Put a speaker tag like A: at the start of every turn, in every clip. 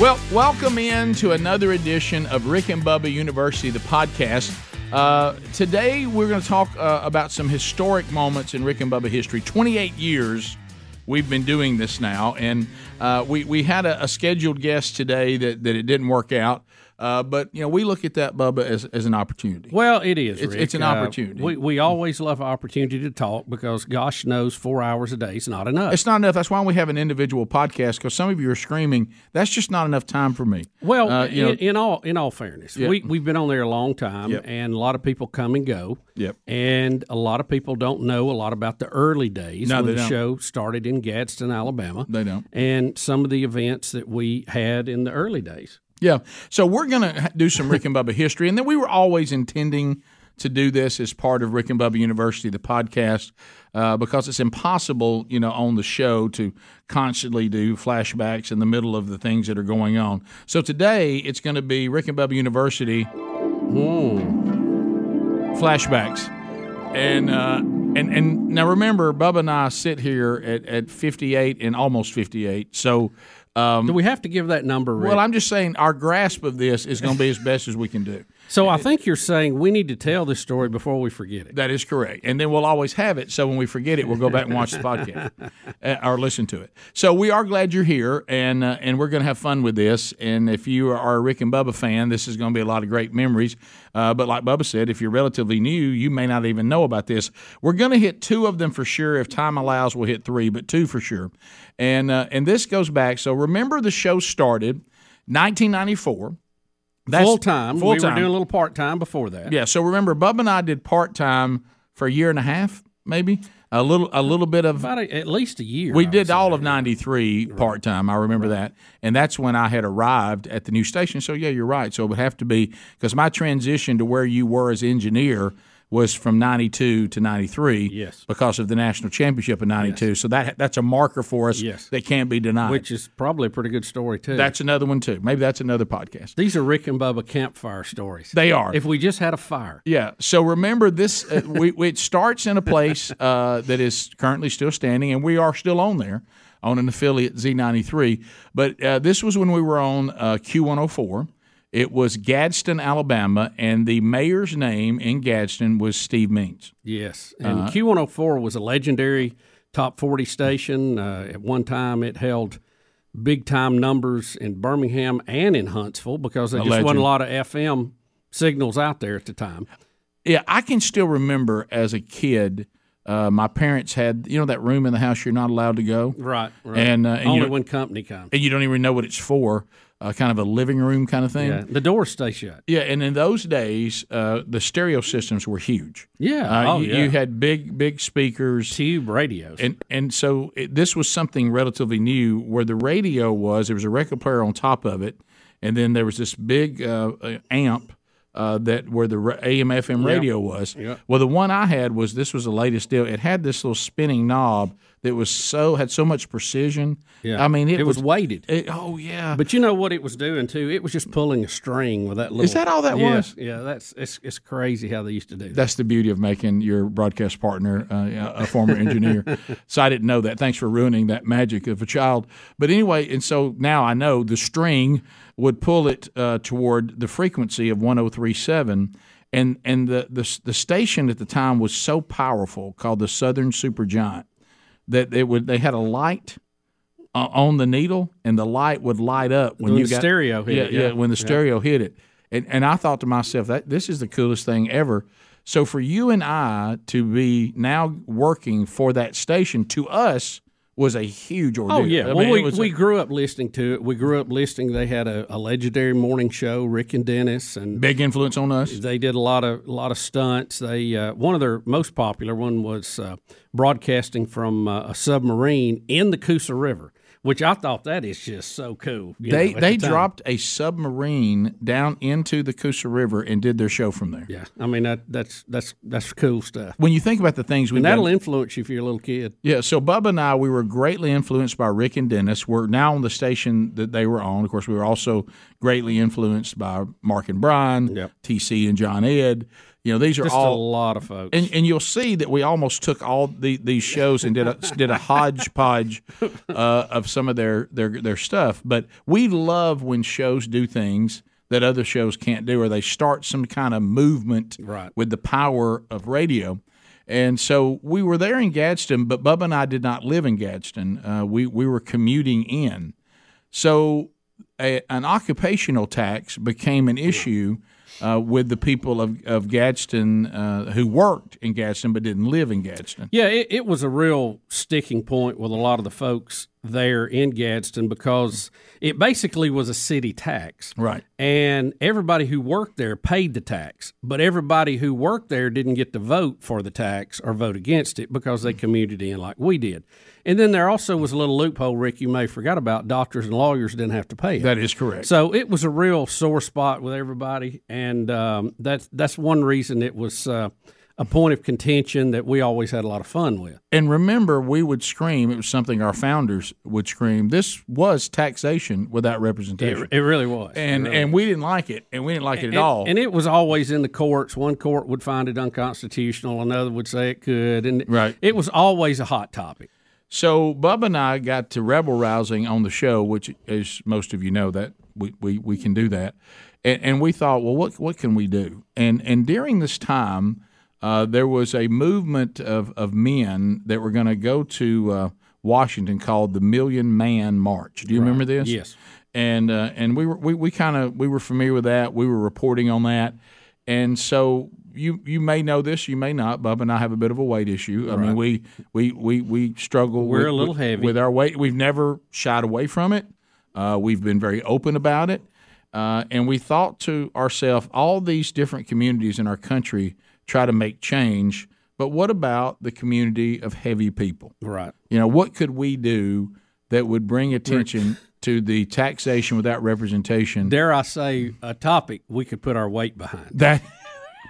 A: Well, welcome in to another edition of Rick and Bubba University, the podcast. Uh, today, we're going to talk uh, about some historic moments in Rick and Bubba history. 28 years we've been doing this now, and uh, we, we had a, a scheduled guest today that, that it didn't work out. Uh, but, you know, we look at that, Bubba, as, as an opportunity.
B: Well, it is.
A: It's-
B: Rick. Uh,
A: it's an opportunity.
B: We, we always love opportunity to talk because, gosh knows, four hours a day is not enough.
A: It's not enough. That's why we have an individual podcast because some of you are screaming, that's just not enough time for me.
B: well,
A: uh, you know-
B: in, in all in all fairness,
A: Yeah.
B: we we've been on there a long time,
A: Yep.
B: and a lot of people come and go.
A: Yep.
B: And a lot of people don't know a lot about the early days
A: No,
B: when
A: they
B: the
A: don't.
B: show started in Gadsden, Alabama.
A: They don't.
B: And some of the events that we had in the early days.
A: Yeah. So we're going to do some Rick and Bubba history. And then we were always intending to do this as part of Rick and Bubba University, the podcast, uh, because it's impossible, you know, on the show to constantly do flashbacks in the middle of the things that are going on. So today it's going to be Rick and Bubba University flashbacks. And, uh, and, and now remember, Bubba and I sit here at, at 58 and almost 58. So, um,
B: Do we have to give that number? Rick?
A: well, I'm just saying our grasp of this is going to be as best as we can do.
B: so I think you're saying we need to tell this story before we forget it.
A: That is correct. And then we'll always have it. So when we forget it, we'll go back and watch the podcast uh, or listen to it. So we are glad you're here, and uh, and we're going to have fun with this. And if you are a Rick and Bubba fan, this is going to be a lot of great memories. Uh, but like Bubba said, if you're relatively new, you may not even know about this. We're going to hit two of them for sure. If time allows, we'll hit three, but two for sure. And uh, and this goes back. So remember, the show started 1994. That's-
B: full time.
A: Full
B: We were
A: time.
B: doing a little part time before that.
A: Yeah. So remember, Bubba and I did part time for a year and a half, maybe a little, a little bit of.
B: About a, at least a year.
A: We
B: I would
A: did
B: say.
A: all of '93 part time. I remember that, and that's when I had arrived at the new station. So yeah, you're right. So it would have to be because my transition to where you were as engineer was from '92 to '93.
B: Yes.
A: because of the national championship in '92. So that that's a marker for us
B: Yes.
A: that can't be denied.
B: which is probably a pretty good story too.
A: that's another one too. Maybe that's another podcast.
B: These are Rick and Bubba campfire stories.
A: They are.
B: if we just had a fire,
A: Yeah. So remember this. Uh, we, we- it starts in a place uh, that is currently still standing, and we are still on there on an affiliate Z93. But uh, this was when we were on uh, Q104. It was Gadsden, Alabama, and the mayor's name in Gadsden was Steve Means.
B: yes. And Q one hundred four was a legendary top forty station. Uh, at one time, it held big time numbers in Birmingham and in Huntsville because there just wasn't
A: legend.
B: a lot of FM signals out there at the time.
A: Yeah, I can still remember as a kid. Uh, my parents had, you know, that room in the house you're not allowed to go.
B: Right. right.
A: And, uh, and you
B: only
A: know-
B: when company comes,
A: And you don't even know what it's for, uh, kind of a living room kind of thing.
B: yeah. the doors stay shut.
A: Yeah, and in those days, uh, the stereo systems were huge.
B: Yeah.
A: Uh,
B: oh,
A: you,
B: yeah.
A: you had big, big speakers,
B: tube radios.
A: and and so it, this was something relatively new. Where the radio was, there was a record player on top of it, and then there was this big uh, uh, amp. Uh, that where the ra- AM/FM radio was. Well, the one I had was this was the latest deal. It had this little spinning knob that was so had so much precision.
B: Yeah.
A: I mean, it,
B: it was, weighted.
A: it, oh yeah.
B: But you know what it was doing too? It was just pulling a string with that little.
A: Is that all that
B: yeah,
A: was?
B: Yeah, that's it's, it's crazy how they used to do that.
A: That's the beauty of making your broadcast partner uh, a former engineer. so I didn't know that. Thanks for ruining that magic of a child. But anyway, and so now I know the string would pull it uh, toward the frequency of 1037. And, and the, the, the station at the time was so powerful, called the Southern Supergiant, that it would, they had a light uh, on the needle, and the light would light up when
B: When
A: you
B: the
A: got
B: stereo hit
A: Yeah,
B: it,
A: yeah,
B: yeah.
A: when the stereo hit it, and and I thought to myself that this is the coolest thing ever. So for you and I to be now working for that station to us was a huge ordeal.
B: Oh yeah,
A: I
B: well
A: mean, it
B: we,
A: was a-
B: we grew up listening to it. We grew up listening. They had a, a legendary morning show, Rick and Dennis, and
A: big influence on us.
B: they did a lot of a lot of stunts. They uh, one of their most popular one was uh, broadcasting from uh, a submarine in the Coosa River, which I thought that is just so cool. you
A: They
B: know, at
A: they
B: the time.
A: dropped a submarine down into the Coosa River and did their show from there.
B: Yeah, I mean that that's that's that's cool stuff.
A: When you think about the things we
B: And
A: did,
B: that'll influence you if you're a little kid.
A: Yeah, so Bubba and I, we were greatly influenced by Rick and Dennis. We're now on the station that they were on. Of course, we were also greatly influenced by Mark and Brian,
B: Yep.
A: TC and John Ed. You know, these are
B: Just a
A: all
B: lot of folks.
A: and, and you'll see that we almost took all the, these shows and did a, did a hodgepodge uh, of some of their, their their stuff. But we love when shows do things that other shows can't do, or they start some kind of movement
B: Right.
A: with the power of radio. And so we were there in Gadsden, but Bubba and I did not live in Gadsden. Uh, we we were commuting in, so a, an occupational tax became an issue uh, with the people of, of Gadsden uh, who worked in Gadsden but didn't live in Gadsden.
B: Yeah, it, it was a real sticking point with a lot of the folks there in Gadsden because it basically was a city tax.
A: Right.
B: And everybody who worked there paid the tax, but everybody who worked there didn't get to vote for the tax or vote against it because they commuted in like we did. And then there also was a little loophole, Rick, you may have forgot about. Doctors and lawyers didn't have to pay it.
A: That is correct.
B: So it was a real sore spot with everybody, and um, that's that's one reason it was uh, a point of contention that we always had a lot of fun with.
A: And remember, we would scream, it was something our founders would scream this was taxation without representation.
B: It really was,
A: and, and we didn't like it, and we didn't like it at all.
B: and it was always in the courts. One court would find it unconstitutional, another would say it could, and
A: Right.
B: it was always a hot topic.
A: So Bubba and I got to rebel rousing on the show, which, as most of you know, that we, we, we can do that, and, and we thought, well, what what can we do? And and during this time, uh, there was a movement of of men that were going to go to uh, Washington called the Million Man March. Do you remember this?
B: Yes.
A: and uh, and we were we, we kind of we were familiar with that. We were reporting on that, and so you you may know this, you may not. Bub and I have a bit of a weight issue. I mean, we we we we struggle.
B: We're
A: with,
B: a little
A: with-
B: heavy.
A: with our weight. We've never shied away from it. Uh, we've been very open about it, uh, and we thought to ourselves, all these different communities in our country try to make change, but what about the community of heavy people?
B: Right.
A: You know, what could we do that would bring attention to the taxation without representation?
B: Dare I say a topic we could put our weight behind?
A: That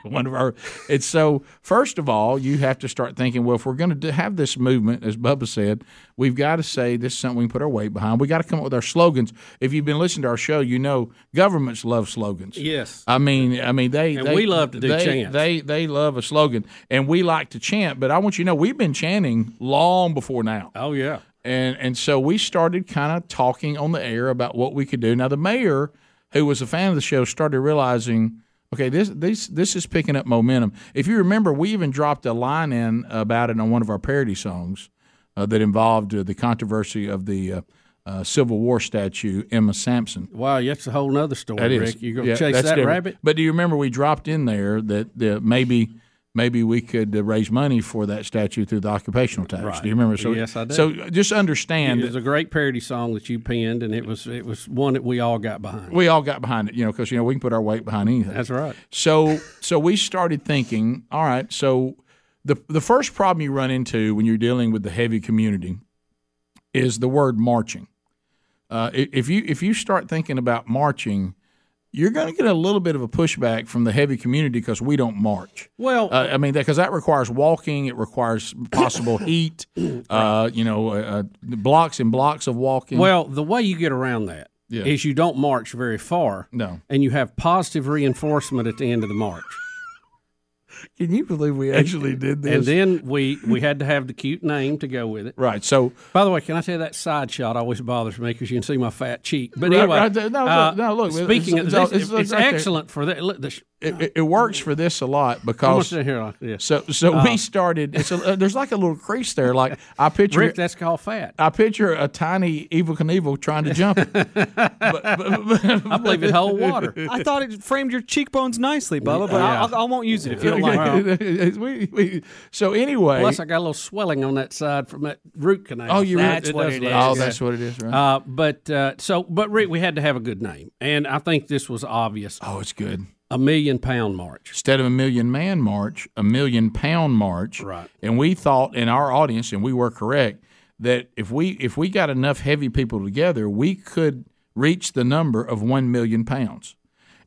A: one of our it's so. First of all, you have to start thinking. Well, if we're going to have this movement, as Bubba said, we've got to say this is something we can put our weight behind. We got to come up with our slogans. If you've been listening to our show, you know governments love slogans.
B: Yes.
A: I mean, I mean, they,
B: And
A: they
B: we love to do
A: they,
B: chants.
A: They they love a slogan, and we like to chant. But I want you to know we've been chanting long before now.
B: Oh yeah.
A: and and so we started kind of talking on the air about what we could do. Now the mayor, who was a fan of the show, started realizing, okay, this this this is picking up momentum. If you remember, we even dropped a line in about it on one of our parody songs uh, that involved uh, the controversy of the uh, uh, Civil War statue Emma Sampson.
B: Wow, that's a whole nother story,
A: That is-
B: Rick. You're gonna
A: yeah,
B: chase that
A: that's different.
B: rabbit?
A: But do you remember we dropped in there that uh, maybe maybe we could uh, raise money for that statue through the occupational tax? Do you remember? So
B: Yes, I do.
A: So just understand
B: It
A: that
B: was a great parody song that you penned, and it was it was one that we all got behind.
A: we all got behind it, you know, because you know we can put our weight behind anything.
B: That's right.
A: So so we started thinking, all right, so the the first problem you run into when you're dealing with the heavy community is the word marching. Uh, i- if you if you start thinking about marching, you're going to get a little bit of a pushback from the heavy community because we don't march.
B: Well,
A: Uh, I mean, because that, requires walking. It requires possible heat. Uh, you know, uh, uh, blocks and blocks of walking.
B: well, the way you get around that is
A: Yeah.
B: you don't march very far,
A: no.
B: and you have positive reinforcement at the end of the march.
A: Can you believe we actually did
B: And then we we had to have the cute name to go with it.
A: Right. So
B: By the way, can I tell you that side shot always bothers me because you can see my fat cheek. But
A: Right,
B: anyway,
A: right there. No,
B: uh,
A: no, look, it's-
B: Speaking
A: it's-
B: of,
A: it's-
B: this,
A: it's
B: it's,
A: right there.
B: excellent for that. Look, the, sh-
A: it, it- it works for this a lot
B: I'm
A: because
B: gonna sit here like this.
A: so so we started. It's a, uh, there's like a little crease there. Like I picture
B: Rick, that's called fat.
A: I picture a tiny evil Knievel trying to jump. it. but, but- but-
B: I believe it held water.
C: I thought it framed your cheekbones nicely, Bubba, but
B: Yeah.
C: I, I, I won't use it if you don't like it.
A: We- we- so anyway,
B: Plus, I got a little swelling on that side from that root canal.
A: oh, you
C: That's
A: really,
C: what
A: does
C: it
A: look-
C: is.
A: Oh,
C: Yeah.
A: that's what it is, right?
B: Uh, but uh, so, but Rick, we had to have a good name, and I think this was obvious.
A: oh, it's good.
B: A million pound march.
A: Instead of a million man march, a million pound march.
B: Right.
A: And we thought in our audience, and we were correct, that if we if we got enough heavy people together, we could reach the number of one million pounds.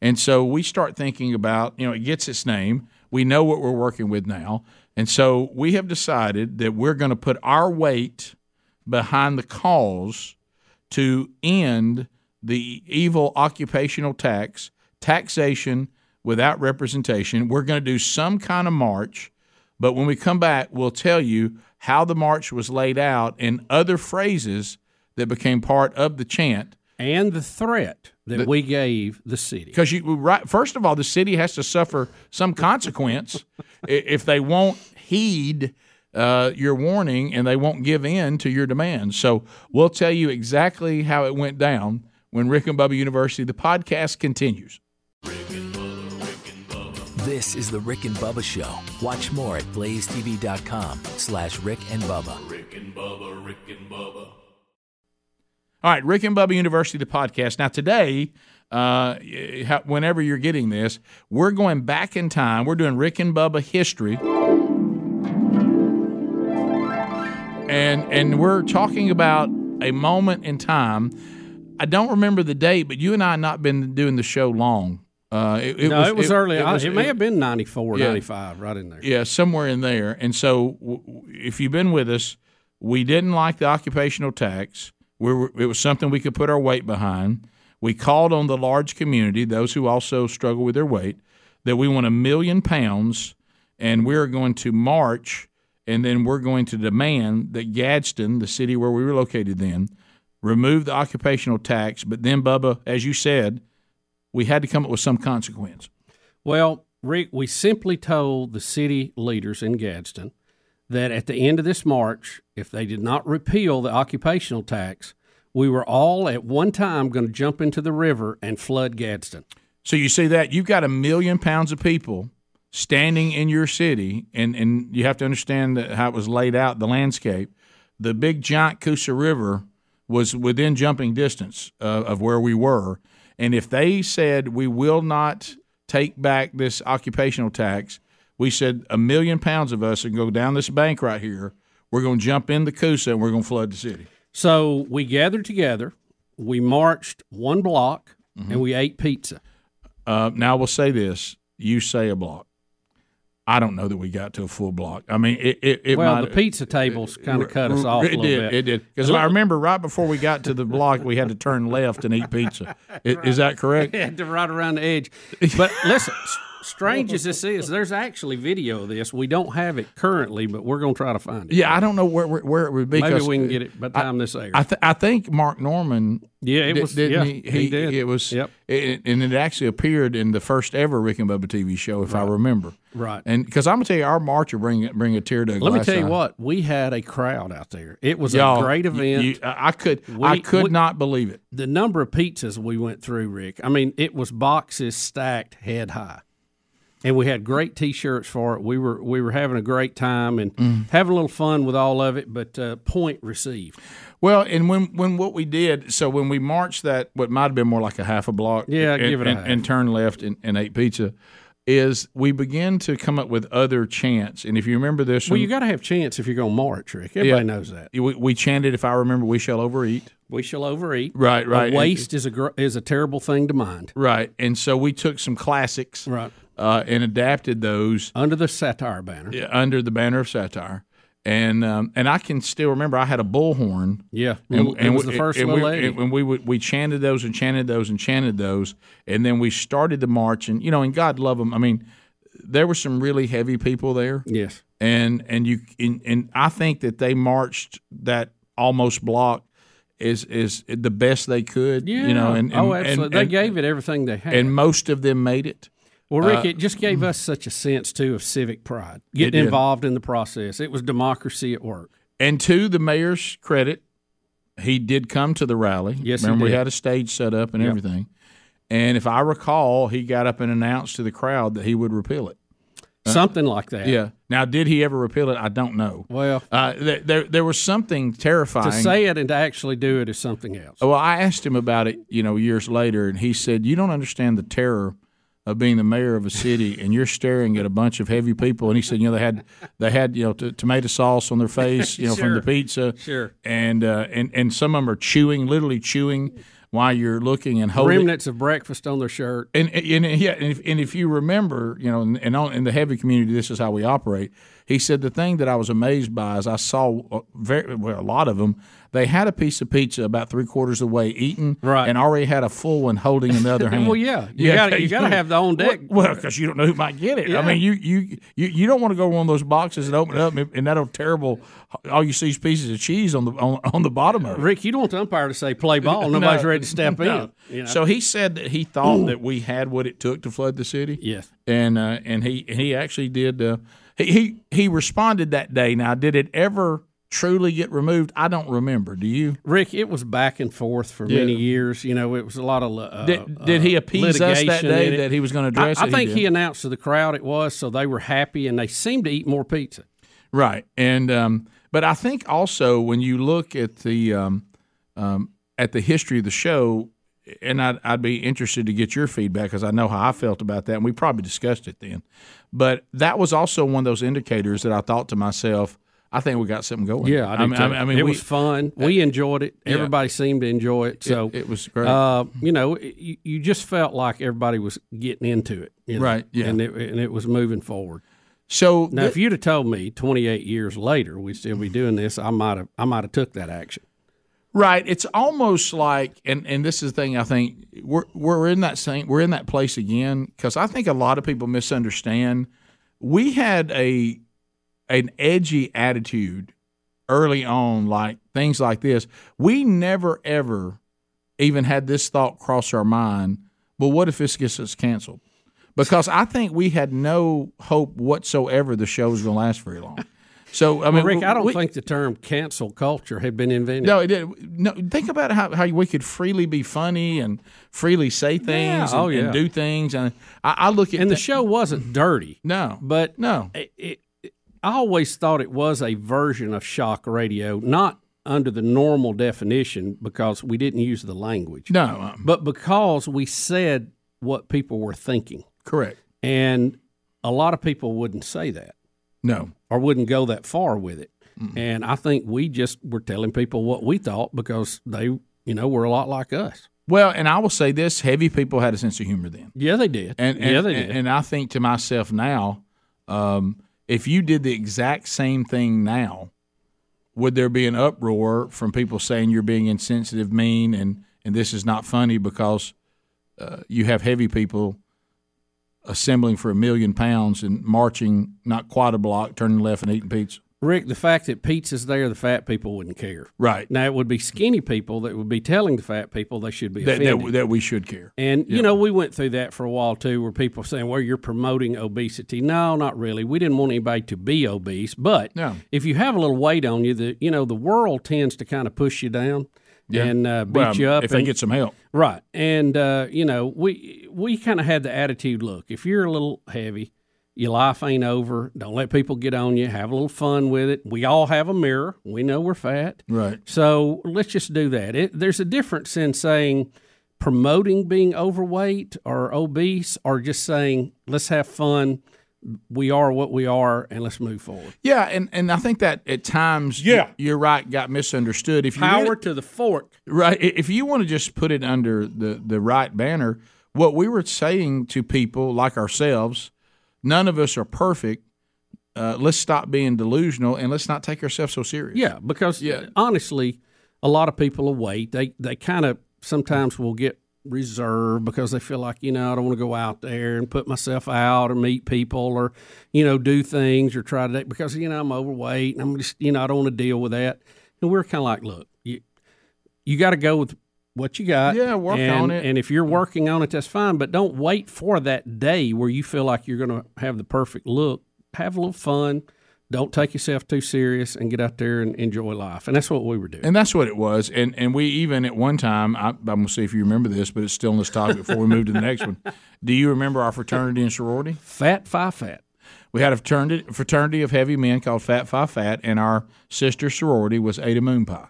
A: And so we start thinking about, you know, it gets its name. We know what we're working with now. And so we have decided that we're going to put our weight behind the cause to end the evil occupational tax, taxation without representation. We're going to do some kind of march, but when we come back, we'll tell you how the march was laid out and other phrases that became part of the chant.
B: and the threat that we gave the city.
A: Because you right, first of all, the city has to suffer some consequence i- if they won't heed uh, your warning and they won't give in to your demands. So we'll tell you exactly how it went down when Rick and Bubba University. The podcast continues.
D: This is the Rick and Bubba Show. Watch more at blazetv.com slash Rick and Bubba.
A: All right, Rick and Bubba University, the podcast. Now, today, uh, y- ha- whenever you're getting this, we're going back in time. We're doing Rick and Bubba history. And, and we're talking about a moment in time. I don't remember the date, but you and I have not been doing the show long. Uh, it,
B: no, it was early. I- It,
A: was-
B: may have been 94,
A: Yeah.
B: 95, right in there.
A: yeah, somewhere in there. And so, w- w- if you've been with us, we didn't like the occupational tax. We were, it was something we could put our weight behind. We called on the large community, those who also struggle with their weight, that we want a million pounds, and we're going to march, and then we're going to demand that Gadsden, the city where we were located then, remove the occupational tax. But then, Bubba, as you said, we had to come up with some consequence.
B: Well, Rick, we simply told the city leaders in Gadsden that at the end of this march, if they did not repeal the occupational tax, we were all at one time going to jump into the river and flood Gadsden.
A: So you see that you've got a million pounds of people standing in your city, and and you have to understand that how it was laid out, the landscape. The big giant Coosa River was within jumping distance uh, of where we were, and if they said we will not take back this occupational tax, we said a million pounds of us and go down this bank right here. We're going to jump in the Coosa and we're going to flood the city.
B: So we gathered together, we marched one block, and we ate pizza.
A: Uh, now we'll say this: you say a block. I don't know that we got to a full block. I mean, it it, it
B: well,
A: might,
B: the pizza tables kind of cut us off a
A: It
B: little
A: did.
B: bit.
A: It did. Because I remember right before we got to the block, we had to turn left and eat pizza. I- Is that correct?
B: had to right around the edge. But listen, s- strange as this is, there's actually video of this. We don't have it currently, but we're going to try to find it.
A: Yeah, I don't know where where, where it would be.
B: Maybe
A: 'cause
B: we can get it by the time this airs.
A: uh, I th- I think Mark Norman.
B: yeah, it
A: di-
B: was.
A: Didn't
B: yeah,
A: he,
B: he did.
A: It was.
B: Yep.
A: it- and it actually appeared in the first ever Rick and Bubba TV show, if I remember.
B: Right.
A: And because I'm gonna tell you, our march will bring bring a tear to a
B: Let me
A: glass
B: tell you
A: eye.
B: what, we had a crowd out there. It was
A: Y'all,
B: a great
A: you-
B: event.
A: you- I I could I
B: We-
A: could
B: we-
A: not believe it.
B: the number of pizzas we went through, Rick. I mean, it was boxes stacked head high. And we had great T-shirts for it. We were we were having a great time and
A: Mm-hmm.
B: having a little fun with all of it. But uh, point received,
A: Well, and when when what we did, so when we marched that, what might have been more like a half a block,
B: Yeah,
A: and,
B: give it a
A: and,
B: half.
A: and turned left and, and ate pizza, is we begin to come up with other chants. And if you remember this,
B: well,
A: one,
B: you got to have chance if you're going to march, Rick. Everybody
A: Yeah.
B: knows that.
A: we, we chanted, if I remember, we shall overeat.
B: We shall overeat.
A: Right, right.
B: A waste is a gr- is a terrible thing to mind.
A: Right, and so we took some classics,
B: Right.
A: uh, and adapted those
B: Under the satire banner.
A: uh, under the banner of satire. And um, and I can still remember I had a bullhorn.
B: Yeah, little- it was
A: we-
B: the first
A: and
B: little
A: we,
B: lady.
A: and when we would, we chanted those and chanted those and chanted those, and then we started the march. And you know, and God love them. I mean, there were some really heavy people there,
B: yes,
A: and and you and, and I think that they marched that almost block is is the best they could. you know, and, and
B: oh, absolutely.
A: and-
B: they
A: and-
B: gave it everything they had.
A: and most of them made it.
B: well, Rick, it just gave us such a sense too of civic pride,
A: Uh, did.
B: getting involved in the process. It was democracy at work.
A: And to the mayor's credit, he did come to the rally.
B: Yes, he
A: remember we
B: did.
A: had a stage set up and everything. And if I recall, he got up and announced to the crowd that he would repeal it.
B: Something like that.
A: Uh, Yeah. Now, did he ever repeal it? I don't know.
B: Well,
A: Uh, there, there, there was something
B: to
A: terrifying.
B: say it and to actually do it is something else.
A: well, I asked him about it, you know, years later, and he said, "You don't understand the terror of being the mayor of a city, and you're staring at a bunch of heavy people." And he said, "You know, they had they had you know t- tomato sauce on their face, you know, from the
B: Sure.
A: pizza,
B: Sure.
A: and uh, and and some of them are chewing, literally chewing, while you're looking and holding."
B: Remnants of breakfast on their shirt.
A: And, and, and yeah, and if, and if you remember, you know, and, and on, in the heavy community, this is how we operate. He said the thing that I was amazed by is I saw a very well, a lot of them. They had a piece of pizza about three quarters of the way eaten,
B: Right.
A: and already had a full one holding in the other hand.
B: Well, yeah. You gotta- you gotta have the on deck.
A: Well, because you don't know who might get it. I
B: Yeah.
A: mean, you you you, you don't want to go in one of those boxes and open it up, and, and that old terrible. All you see is pieces of cheese on the on, on the bottom of it.
B: Rick, you don't want the umpire to say play ball. Oh, Nobody's ready to step
A: No.
B: in. You know?
A: So he said that he thought that we had what it took to flood the city.
B: Yes.
A: and uh, and he and he actually did. Uh, he, he he responded that day. Now, did it ever truly get removed? I don't remember. Do you?
B: Rick, it was back and forth for
A: Yeah.
B: many years. You know, it was a lot of. Uh,
A: Did, did he
B: uh,
A: appease us that
B: litigation in
A: day
B: it.
A: that he was going to
B: I,
A: address
B: I
A: it?
B: think
A: did.
B: he announced to the crowd it was, so they were happy and they seemed to eat more pizza.
A: Right, and um, but I think also when you look at the um, um, at the history of the show, and I'd, I'd be interested to get your feedback because I know how I felt about that, and we probably discussed it then. But that was also one of those indicators that I thought to myself, I think we got something going.
B: Yeah, I, did
A: mean,
B: too.
A: I mean, I mean,
B: it
A: we-
B: was fun. We enjoyed it.
A: Yeah.
B: Everybody seemed to enjoy it. So
A: it was great.
B: Uh, you know, it- you, you just felt like everybody was getting into it, you know,
A: Right, yeah.
B: and it, and it was moving forward.
A: so
B: Uh, Now,
A: thi-
B: if you'd have told me 28 years later we'd still be doing this, I might have I might have took that action.
A: Right. It's almost like, and, and this is the thing I think we're, we're in that same, we're in that place again because I think a lot of people misunderstand. We had a an edgy attitude early on, like things like this. We never ever even had this thought cross our mind. But what if this gets us canceled? Because I think we had no hope whatsoever the show was going to last very long. So I mean,
B: Rick, I don't
A: we-
B: think the term cancel culture had been invented.
A: no, it did. no. Think about how, how we could freely be funny and freely say things
B: oh,
A: and, and
B: yeah.
A: do things. And I, I look at
B: and the
A: that-
B: show wasn't dirty,
A: no,
B: but
A: no,
B: it, it, I always thought it was a version of shock radio, not under the normal definition because we didn't use the language,
A: no. um,
B: but because we said what people were thinking.
A: correct.
B: And a lot of people wouldn't say that
A: No,
B: or wouldn't go that far with it.
A: Mm-hmm.
B: And I think we just were telling people what we thought because they, you know, were a lot like us.
A: well, and I will say this: heavy people had a sense of humor then,
B: Yeah, they did.
A: and and,
B: yeah, they did.
A: and, and I think to myself now, um, if you did the exact same thing now, would there be an uproar from people saying you're being insensitive, mean, and and this is not funny because uh, you have heavy people assembling for a million pounds and marching not quite a block, turning left and eating pizza.
B: Rick, the fact that pizza's there, the fat people wouldn't care.
A: Right.
B: Now it would be skinny people that would be telling the fat people they should be
A: That,
B: offended.
A: that that we should care.
B: and you know, we went through that for a while too, where people saying, "Well, you're promoting obesity." No, not really. We didn't want anybody to be obese, but
A: No.
B: if you have a little weight on you, the you know the world tends to kind of push you down and uh, beat
A: Well,
B: you up.
A: if
B: and,
A: they get some help.
B: Right, and uh, you know we we kind of had the attitude. Look, if you're a little heavy, your life ain't over. Don't let people get on you. Have a little fun with it. We all have a mirror. We know we're fat,
A: Right.
B: so let's just do that. It, there's a difference in saying promoting being overweight or obese, or just saying let's have fun. We are what we are, and let's move forward.
A: Yeah, and, and I think that at times yeah. you're right, got misunderstood. If you
B: Power
A: really-
B: to the fork.
A: Right. I- If you want to just put it under the, the right banner, what we were saying to people like ourselves, none of us are perfect. Uh, let's stop being delusional and let's not take ourselves so serious.
B: Yeah, because
A: Yeah.
B: honestly, a lot of people will wait. They they kind of sometimes will get reserved because they feel like you know I don't want to go out there and put myself out or meet people or you know do things or try to because you know I'm overweight and I'm just you know I don't want to deal with that. And we're kind of like, look, you you got to go with what you got.
A: Yeah, work
B: and-
A: on it.
B: And if you're working on it, that's fine. But don't wait for that day where you feel like you're going to have the perfect look. Have a little fun. Don't take yourself too serious and get out there and enjoy life. And that's what we were doing.
A: And that's what it was. And and we even at one time, I, I'm going to see if you remember this, but it's still in this topic before we move to the next one. Do you remember our fraternity and sorority?
B: fat, fi, fat.
A: We had a fraternity, fraternity of heavy men called Fat Phi Fat, and our sister sorority was Ada Moon Pie,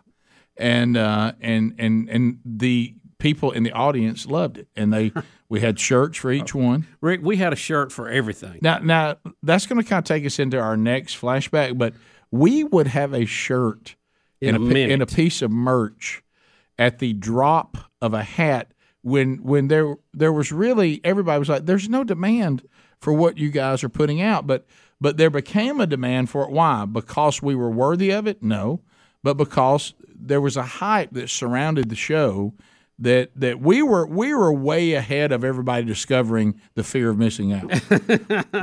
A: and uh, and and and the people in the audience loved it, and they we had shirts for each one.
B: Rick, we had a shirt for everything.
A: Now now that's going to kind of take us into our next flashback, but we would have a shirt
B: In
A: and
B: a
A: pi-
B: minute.
A: and a piece of merch at the drop of a hat when when there there was really everybody was like there's no demand for what you guys are putting out but But there became a demand for it. Why? Because we were worthy of it? No. But because there was a hype that surrounded the show that that we were we were way ahead of everybody discovering the fear of missing out.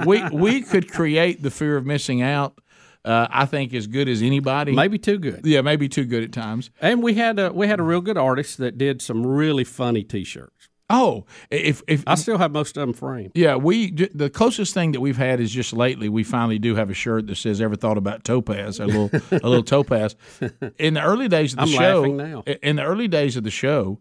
A: we we could create the fear of missing out. Uh, I think as good as anybody.
B: Maybe too good.
A: Yeah, maybe too good at times.
B: And we had a we had a real good artist that did some really funny T-shirts.
A: Oh, if if
B: I still have most of them framed.
A: yeah, we j- the closest thing that we've had is just lately we finally do have a shirt that says "Ever thought about topaz?" A little a little topaz. In the early days of the
B: I'm
A: show,
B: laughing now.
A: i- in the early days of the show,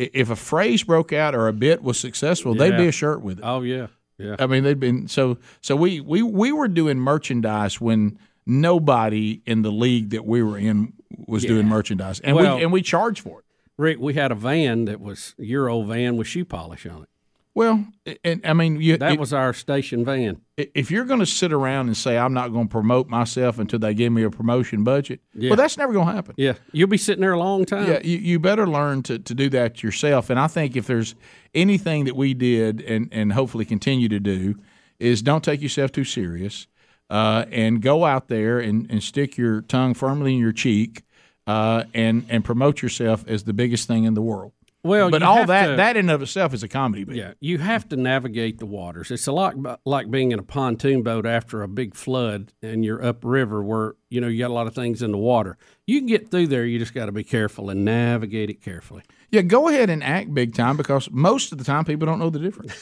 A: i- if a phrase broke out or a bit was successful, they'd be
B: Yeah.
A: a shirt with it.
B: Oh yeah, yeah.
A: I mean, they'd been so so. We we we were doing merchandise when nobody in the league that we were in was doing merchandise, and
B: Well-
A: we and we charged for it.
B: Rick, we had a van that was your old van with shoe polish on it.
A: Well, i- and I mean, you,
B: That
A: it-
B: was our station van.
A: i- if you're going to sit around and say I'm not going to promote myself until they give me a promotion budget, well, that's never going to happen.
B: Yeah, you'll be sitting there a long time.
A: Yeah, you, you better learn to, to do that yourself. And I think if there's anything that we did and, and hopefully continue to do is don't take yourself too serious uh, and go out there and, and stick your tongue firmly in your cheek uh, and, and promote yourself as the biggest thing in the world.
B: Well,
A: but
B: you
A: all
B: have
A: that,
B: to-
A: that in and of itself is a comedy. Bit.
B: Yeah, you have to navigate the waters. It's a lot b- like being in a pontoon boat after a big flood and you're upriver where, you know, you got a lot of things in the water. You can get through there, you just got to be careful and navigate it carefully.
A: Yeah, go ahead and act big time because most of the time people don't know the difference.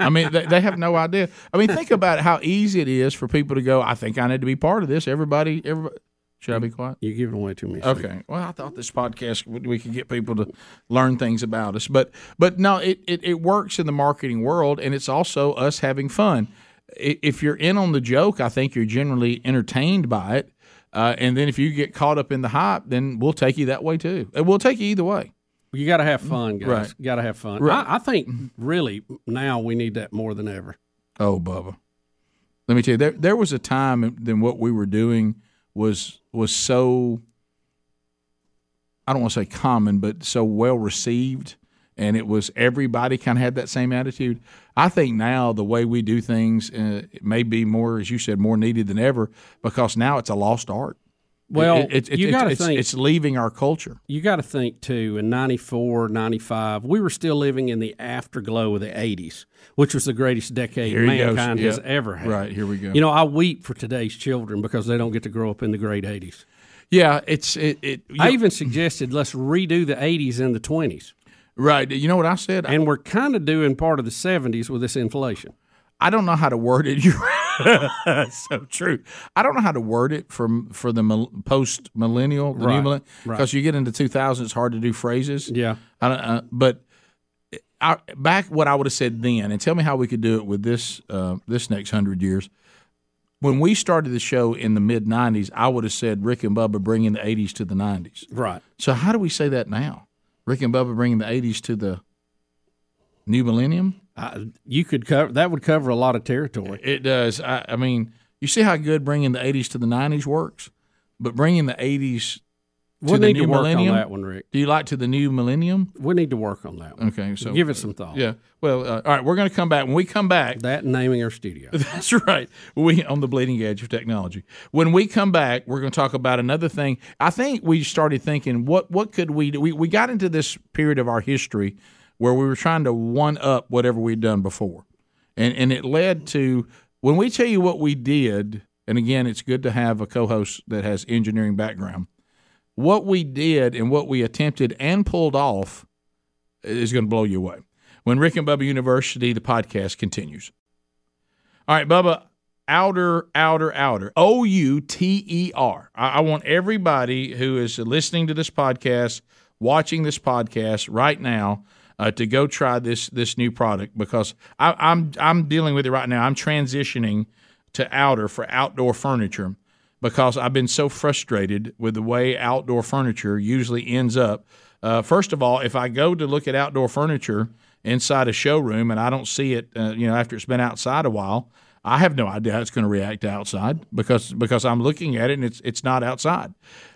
A: I mean, they, they have no idea. I mean, think about how easy it is for people to go, I think I need to be part of this. Everybody, everybody. Should I be quiet?
B: You're giving away too much.
A: Okay. Well, I thought this podcast we- we could get people to learn things about us, but but no, it, it, it works in the marketing world, and it's also us having fun. I- If you're in on the joke, I think you're generally entertained by it, uh, and then if you get caught up in the hype, then we'll take you that way too. And We'll take you either way.
B: You got to have fun, guys.
A: Mm-hmm. Right.
B: Got to have fun.
A: Right. Mm-hmm.
B: I, I think really now we need that more than ever.
A: Oh, Bubba. Let me tell you, there there was a time then what we were doing was was so I don't want to say common, but so well received and it was everybody kind of had that same attitude. I think now the way we do things uh, it may be more, as you said, more needed than ever because now it's a lost art.
B: Well,
A: It- it- it-
B: you
A: it-
B: got to
A: it's,
B: think.
A: it's leaving our culture.
B: you got to think too in 94 95 we were still living in the afterglow of the 80s which was the greatest decade
A: Here he goes.
B: mankind has
A: Yeah.
B: ever had
A: Right, here we go.
B: you know i weep for today's children because they don't get to grow up in the great 80s
A: Yeah, it's it. it
B: i even suggested let's redo the 80s and the 20s
A: right. You know what I said?
B: and we're kind of doing part of the 70s with this inflation
A: I don't know how to word it. You so true. I don't know how to word it from for the post millennial, the new
B: Right,
A: millennial, because you get into two thousand, it's hard to do phrases.
B: yeah
A: I don't, uh, but I, back what I would have said then, and tell me how we could do it with this uh, this next hundred years. When we started the show in the mid '90s, I would have said Rick and Bubba bringing the '80s to the '90s.
B: right
A: So how do we say that now? Rick and Bubba bringing the '80s to the new millennium.
B: I, you could cover that would cover a lot of territory
A: It does. I, I mean, you see how good bringing the '80s to the '90s works, but bringing the '80s
B: we
A: the
B: need to
A: new
B: work
A: millennium?
B: on that one rick
A: do you like to the new millennium?
B: we need to work on that one
A: Okay, so
B: give it some thought
A: Yeah. Well, uh, all right. We're going to come back. When we come back,
B: that and naming our studio
A: that's right. We on the bleeding edge of technology. When we come back, we're going to talk about another thing. I think we started thinking what what could we do? We we got into this period of our history where we were trying to one up whatever we'd done before, and and it led to when we tell you what we did. And again, it's good to have a co-host that has engineering background. What we did and what we attempted and pulled off is going to blow you away. When Rick and Bubba University, the podcast continues. All right, Bubba. Outer, outer, outer. O U T E R. I I want everybody who is listening to this podcast, watching this podcast right now, uh, to go try this this new product because I, I'm I'm dealing with it right now. I'm transitioning to outer for outdoor furniture because I've been so frustrated with the way outdoor furniture usually ends up. Uh, first of all, if I go to look at outdoor furniture inside a showroom and I don't see it, uh, you know, after it's been outside a while, I have no idea how it's going to react to outside because because I'm looking at it and it's it's not outside.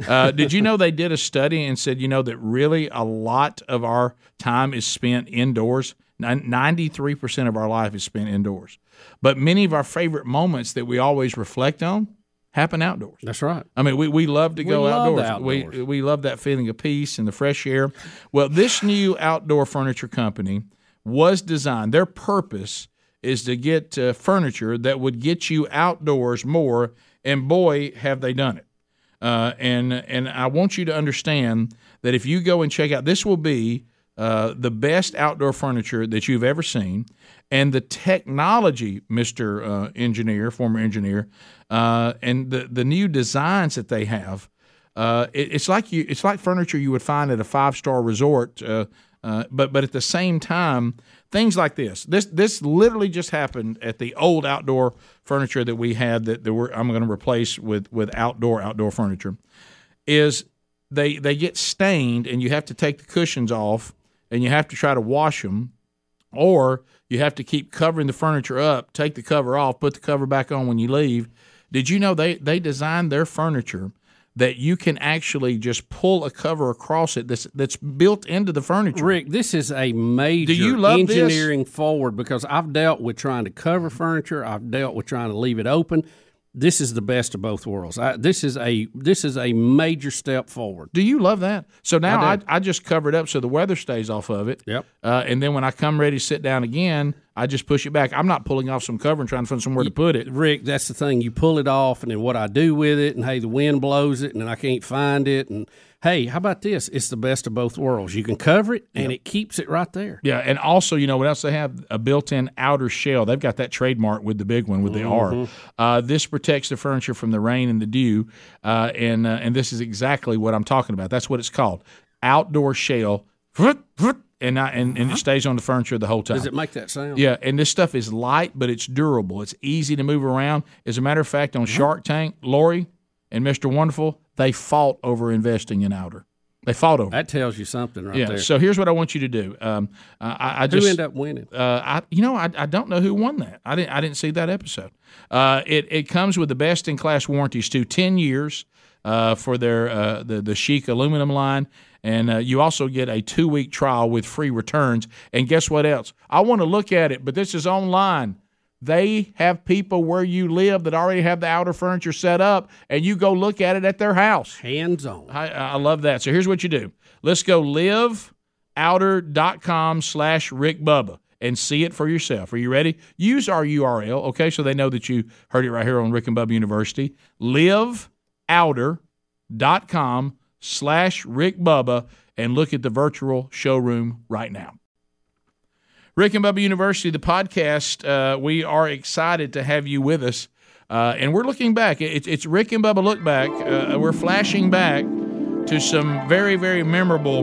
A: Uh, did you know they did a study and said you know that really a lot of our time is spent indoors. Ninety three percent of our life is spent indoors. But many of our favorite moments that we always reflect on happen outdoors.
B: That's right.
A: I mean, we, we love to go
B: love
A: outdoors.
B: the
A: We we love that feeling of peace and the fresh air. Well, this new outdoor furniture company was designed. Their purpose is to get uh, furniture that would get you outdoors more, and boy, have they done it. Uh, and and I want you to understand that if you go and check out, this will be uh, the best outdoor furniture that you've ever seen, and the technology, Mister uh, Engineer, former engineer, uh, and the the new designs that they have. Uh, it, it's like you, it's like furniture you would find at a five star resort. Uh, uh, but but at the same time, things like this, this this literally just happened at the old outdoor furniture that we had that, that we're, I'm going to replace with with outdoor outdoor furniture, is they they get stained and you have to take the cushions off and you have to try to wash them or you have to keep covering the furniture up, take the cover off, put the cover back on when you leave. Did you know they they designed their furniture that you can actually just pull a cover across it that's that's built into the furniture?
B: Rick, this is a major
A: you love this?
B: engineering forward because I've dealt with trying to cover furniture. I've dealt with trying to leave it open. This is the best of both worlds. I, this is a this is a major step forward.
A: Do you love that? So now I, I, just cover it up so the weather stays off of it.
B: Yep.
A: Uh, and then when I come ready to sit down again, I just push it back. I'm not pulling off some cover and trying to find somewhere to put it.
B: Rick, that's the thing. You pull it off, and then what I do with it, and hey, the wind blows it, and then I can't find it. And hey, how about this? It's the best of both worlds. You can cover it, and it keeps it right there.
A: Yeah, and also, you know what else they have? A built-in outer shell. They've got that trademark with the big one with the
B: Mm-hmm.
A: R. Uh, this protects the furniture from the rain and the dew, uh, and uh, and this is exactly what I'm talking about. That's what it's called, outdoor shell. And I, and, and it stays on the furniture the whole time.
B: Uh-huh. Does it make that sound?
A: Yeah, and this stuff is light, but it's durable. It's easy to move around. As a matter of fact,
B: Uh-huh.
A: on Shark Tank, Lori and Mr. Wonderful, they fought over investing in outer. They fought over. it.
B: That tells you something right
A: yeah.
B: there.
A: So here's what I want you to do. Um, I, I
B: Who
A: just
B: end up winning?
A: uh, I, you know, I, I don't know who won that. I didn't. I didn't see that episode. Uh, it it comes with the best in class warranties too. Ten years uh, for their uh, the the chic aluminum line, and uh, you also get a two week trial with free returns. And guess what else? I want to look at it, but this is online. They have people where you live that already have the outer furniture set up, and you go look at it at their house.
B: Hands on.
A: I, I love that. So here's what you do. Let's go liveouter.com slash Rick Bubba and see it for yourself. Are you ready? Use our URL, okay, so they know that you heard it right here on Rick and Bubba University. Liveouter.com slash Rick Bubba and look at the virtual showroom right now. Rick and Bubba University, the podcast. Uh, we are excited to have you with us. Uh, and we're looking back. It, it's Rick and Bubba Look Back. Uh, we're flashing back to some very, very memorable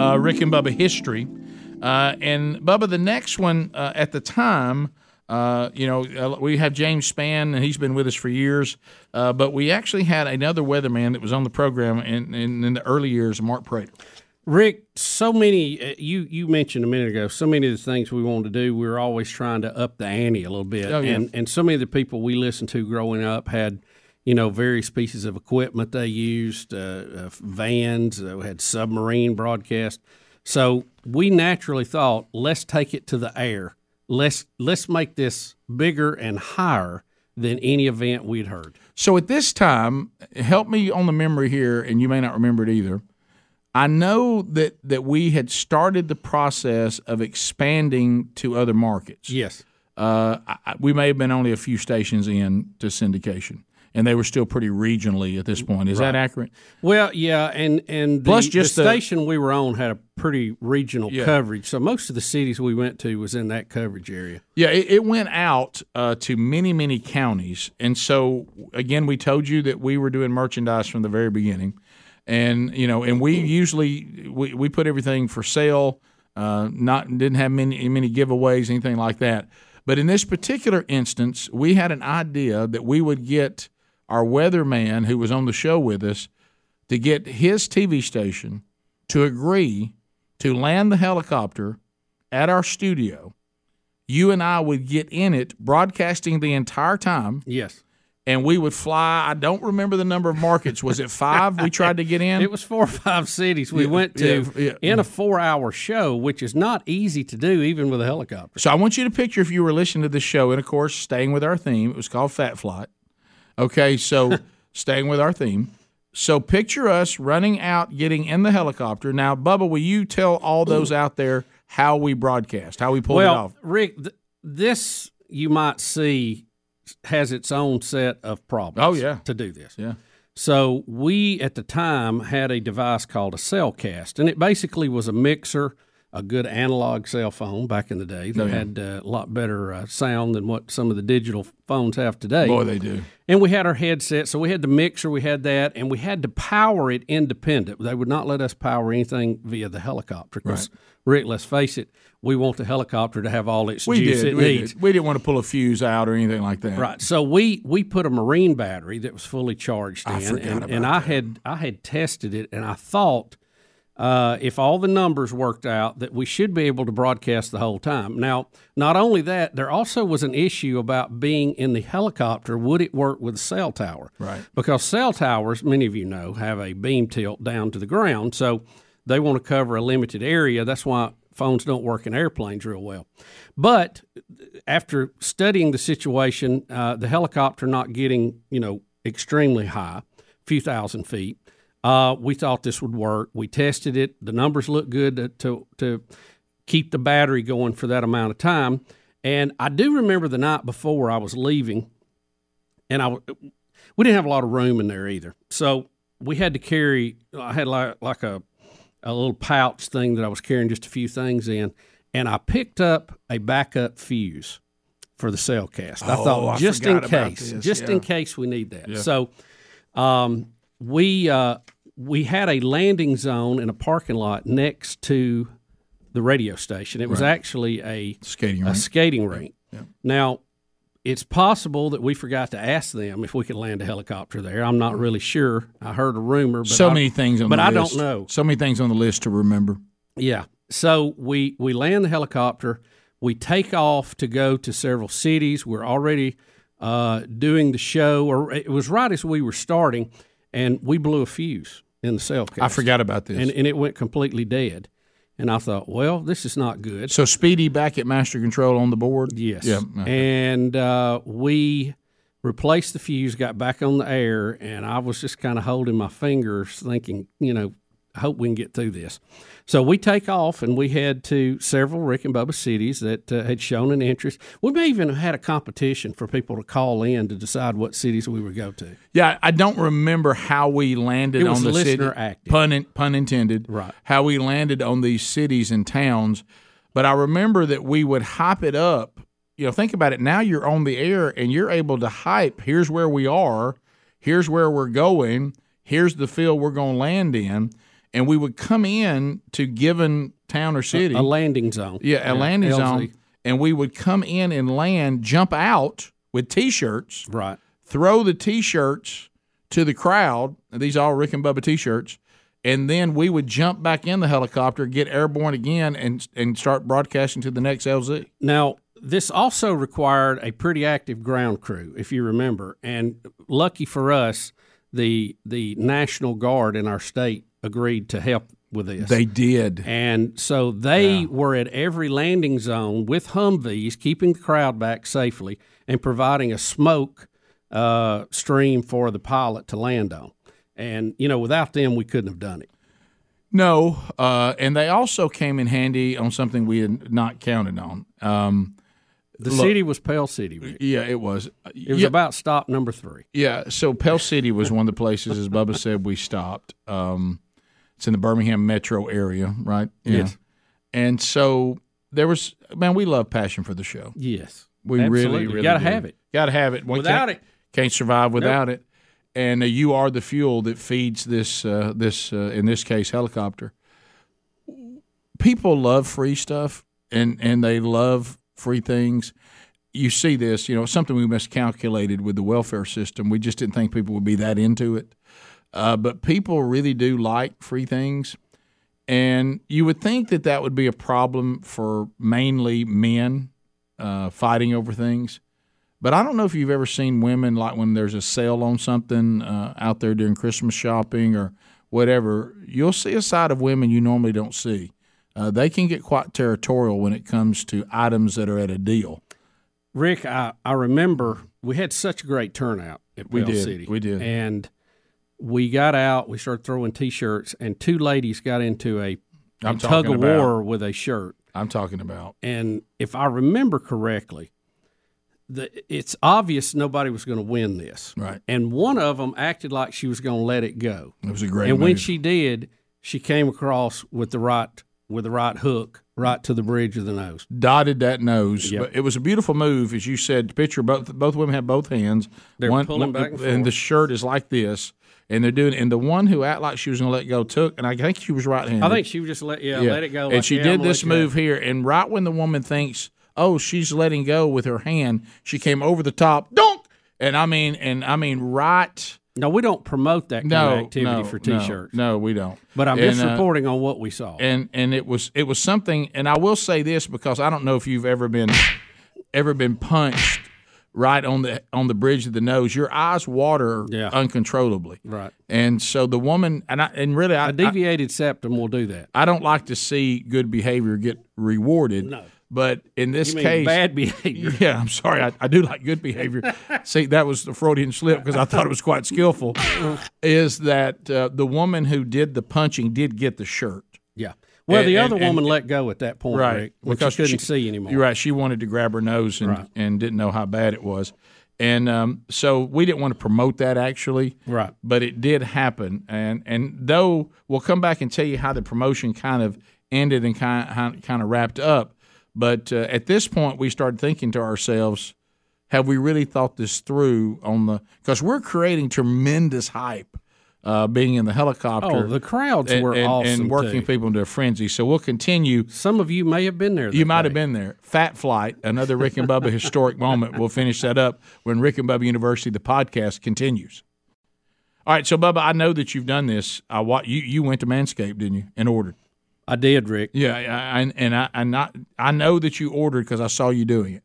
A: uh, Rick and Bubba history. Uh, and Bubba, the next one uh, at the time, uh, you know, uh, we have James Spann, and he's been with us for years. Uh, but we actually had another weatherman that was on the program in, in, in the early years, Mark Prater.
B: Rick, so many uh, you you mentioned a minute ago. So many of the things we wanted to do, we were always trying to up the ante a little bit.
A: Oh, yeah.
B: And and so many of the people we listened to growing up had, you know, various pieces of equipment they used, uh, uh, vans, uh, we had submarine broadcast. So we naturally thought, let's take it to the air. Let's let's make this bigger and higher than any event we'd heard.
A: So at this time, help me on the memory here, and you may not remember it either. I know that that we had started the process of expanding to other markets.
B: Yes.
A: Uh, I, I- we may have been only a few stations in to syndication, and they were still pretty regionally at this point. Is that accurate?
B: Well, yeah, and and the,
A: Plus just
B: the
A: the-
B: station we were on had a pretty regional
A: Yeah.
B: coverage, so most of the cities we went to was in that coverage area.
A: Yeah, it, it went out uh, to many, many counties. And so, again, we told you that we were doing merchandise from the very beginning. And, you know, and we usually, we, we put everything for sale, uh, not, didn't have many, many giveaways, anything like that. But in this particular instance, we had an idea that we would get our weatherman who was on the show with us to get his TV station to agree to land the helicopter at our studio you and I would get in it, broadcasting the entire time,
B: Yes,
A: and we would fly. I don't remember the number of markets. Was it five we tried to get in?
B: It was four or five cities we went to
A: yeah, yeah.
B: in a four hour show, which is not easy to do even with a helicopter.
A: So I want you to picture if you were listening to this show, and of course, staying with our theme, it was called Fat Flight. Okay, so staying with our theme. So picture us running out, getting in the helicopter. Now, Bubba, will you tell all those out there how we broadcast, how we pulled it off?
B: Well, Rick, th- this you might see has its own set of problems.
A: Oh, yeah.
B: to do this.
A: Yeah.
B: So we at the time had a device called a Cellcast, and it basically was a mixer, a good analog cell phone back in the day
A: Oh,
B: that had uh, a lot better uh, sound than what some of the digital phones have today.
A: Boy, they do.
B: And we had our headset, so we had the mixer, we had that, and we had to power it independent. They would not let us power anything via the helicopter. 'cause, Rick, let's face it, we want the helicopter to have all its
A: We
B: juice
A: did.
B: it
A: We,
B: needs.
A: did. we didn't want to pull a fuse out or anything like that.
B: Right. So we we put a marine battery that was fully charged in,
A: forgot
B: and,
A: about
B: and I had I had tested it, and I thought uh, if all the numbers worked out, that we should be able to broadcast the whole time. Now, not only that, there also was an issue about being in the helicopter. Would it work with a cell tower?
A: Right.
B: Because cell towers, many of you know, have a beam tilt down to the ground, so they want to cover a limited area. That's why phones don't work in airplanes real well. But after studying the situation, uh, the helicopter not getting you know extremely high, a few thousand feet, uh, we thought this would work. We tested it. The numbers looked good to, to to keep the battery going for that amount of time. And I do remember the night before I was leaving, and I w- we didn't have a lot of room in there either, so we had to carry. I had like like a a little pouch thing that I was carrying just a few things in, and I picked up a backup fuse for the cell cast. I
A: Oh,
B: thought
A: I
B: just in
A: forgot about
B: case,
A: this,
B: just
A: yeah.
B: in case we need that. So, um, we uh, we had a landing zone in a parking lot next to the radio station. It was actually a
A: Skating
B: a
A: rink.
B: skating rink. Now, it's possible that we forgot to ask them if we could land a helicopter there. I'm not really sure. I heard a rumor. But
A: So
B: I-
A: many things on
B: but
A: the
B: I
A: list.
B: don't know.
A: So many things on the list to remember.
B: Yeah. So we we land the helicopter. We take off to go to several cities. We're already uh, doing the show, or it was right as we were starting, and we blew a fuse in the cell.
A: I forgot about this.
B: and, and it went completely dead. And I thought, well, this is not good.
A: so Speedy back at Master Control on the board.
B: Yes.
A: Yeah.
B: And uh, we replaced the fuse, got back on the air, and I was just kind of holding my fingers, thinking, you know, I hope we can get through this. So we take off and we head to several Rick and Bubba cities that uh, had shown an interest. We may even have had a competition for people to call in to decide what cities we would go to.
A: Yeah, I don't remember how we landed
B: It was
A: on the
B: listener
A: city.
B: active.
A: Pun in, pun intended.
B: Right.
A: How we landed on these cities and towns, but I remember that we would hype it up. You know, think about it. Now you're on the air and you're able to hype. Here's where we are. Here's where we're going. Here's the field we're going to land in, and we would come in to given town or city.
B: A landing zone.
A: Yeah, a landing
B: LZ.
A: zone. And we would come in and land, jump out with t shirts,
B: Right.
A: throw the t shirts to the crowd. These all Rick and Bubba t shirts. And then we would jump back in the helicopter, get airborne again, and and start broadcasting to the next LZ.
B: Now, this also required a pretty active ground crew, if you remember. And lucky for us, the the National Guard in our state agreed to help with this.
A: did.
B: and so they were at every landing zone with Humvees, keeping the crowd back safely and providing a smoke uh, stream for the pilot to land on. And you know, without them, we couldn't have done it.
A: No, uh, and they also came in handy on something we had not counted on. Um,
B: The city was Pell City. Rick.
A: yeah, it was.
B: It was about stop number three.
A: Yeah, so Pell City was one of the places, as Bubba said, we stopped. Um, it's in the Birmingham metro area, right? Yeah.
B: Yes.
A: And so there was, man, we love passion for the show.
B: Yes,
A: We
B: Absolutely.
A: really, really
B: gotta
A: do.
B: have it.
A: Gotta have it. We
B: Without
A: can't-
B: it.
A: can't survive without it. And uh, you are the fuel that feeds this, uh, this uh, in this case, helicopter. People love free stuff, and and they love free things. You see this, you know, something we miscalculated with the welfare system. We just didn't think people would be that into it. Uh, but people really do like free things. And you would think that that would be a problem for mainly men uh, fighting over things. But I don't know if you've ever seen women like when there's a sale on something uh, out there during Christmas shopping or whatever. You'll see a side of women you normally don't see. Uh, they can get quite territorial when it comes to items that are at a deal.
B: Rick, I, I remember we had such a great turnout at
A: We
B: Bell
A: did.
B: City.
A: We did.
B: And we got out, we started throwing t shirts, and two ladies got into a, a
A: I'm
B: tug
A: talking
B: of
A: about.
B: war with a shirt.
A: I'm talking about.
B: And if I remember correctly, the, it's obvious nobody was going to win this.
A: Right.
B: And one of them acted like she was going to let it go.
A: It was a great
B: and when
A: move.
B: she did, she came across with the right with the right hook right to the bridge of the nose.
A: dotted that nose.
B: Yep.
A: But it was a beautiful move, as you said. Picture both both women have both hands.
B: They're pulling back and
A: the
B: forth.
A: shirt is like this, and they're doing. And the one who acted like she was going to let go took, and I think she was right handed.
B: I think she would just let yeah, let it go.
A: And
B: like,
A: she
B: yeah, I'm
A: did
B: gonna
A: this
B: let you
A: move here, and right when the woman thinks, "Oh, she's letting go with her hand," she came over the top, donk, and I mean, and I mean, right.
B: have- No, we don't promote that kind
A: No
B: of activity
A: no,
B: for
A: no,
B: t-shirts.
A: No, we don't.
B: But I'm
A: And,
B: just
A: uh,
B: reporting on what we saw.
A: and and it was it was something and I will say this because I don't know if you've ever been ever been punched right on the on the bridge of the nose your eyes water
B: Yeah.
A: uncontrollably
B: right.
A: and so the woman and I and really I,
B: A
A: I
B: deviated septum will do that.
A: I don't like to see good behavior get rewarded
B: No.
A: but in this
B: You mean
A: case
B: bad behavior.
A: yeah, I'm sorry. I, I do like good behavior. See, that was the Freudian slip because I thought it was quite skillful. Is that uh, the woman who did the punching did get the shirt?
B: Yeah. Well, the
A: And-
B: other
A: and-
B: woman let go at that point, Rick, when she couldn't see anymore.
A: You're right. She wanted to grab her nose and, and didn't know how bad it was. And um, so we didn't want to promote that actually.
B: Right.
A: But it did happen. And and though we'll come back and tell you how the promotion kind of ended and kind how, kind of wrapped up. But uh, at this point, we started thinking to ourselves, have we really thought this through on the because we're creating tremendous hype uh, being in the helicopter
B: Oh, the crowds
A: and,
B: were
A: and-
B: awesome.
A: and working
B: too.
A: people into a frenzy. So we'll continue
B: Some of you may have been there.
A: you
B: that
A: might have
B: day.
A: been there. Fat Flight, another Rick and Bubba historic moment. We'll finish that up when Rick and Bubba University, the podcast, continues. All right, so Bubba, I know that you've done this. I wa- you you went to Manscaped, didn't you, and ordered?
B: I did, Rick.
A: Yeah, I, I, and I I not I know that you ordered because I saw you doing it.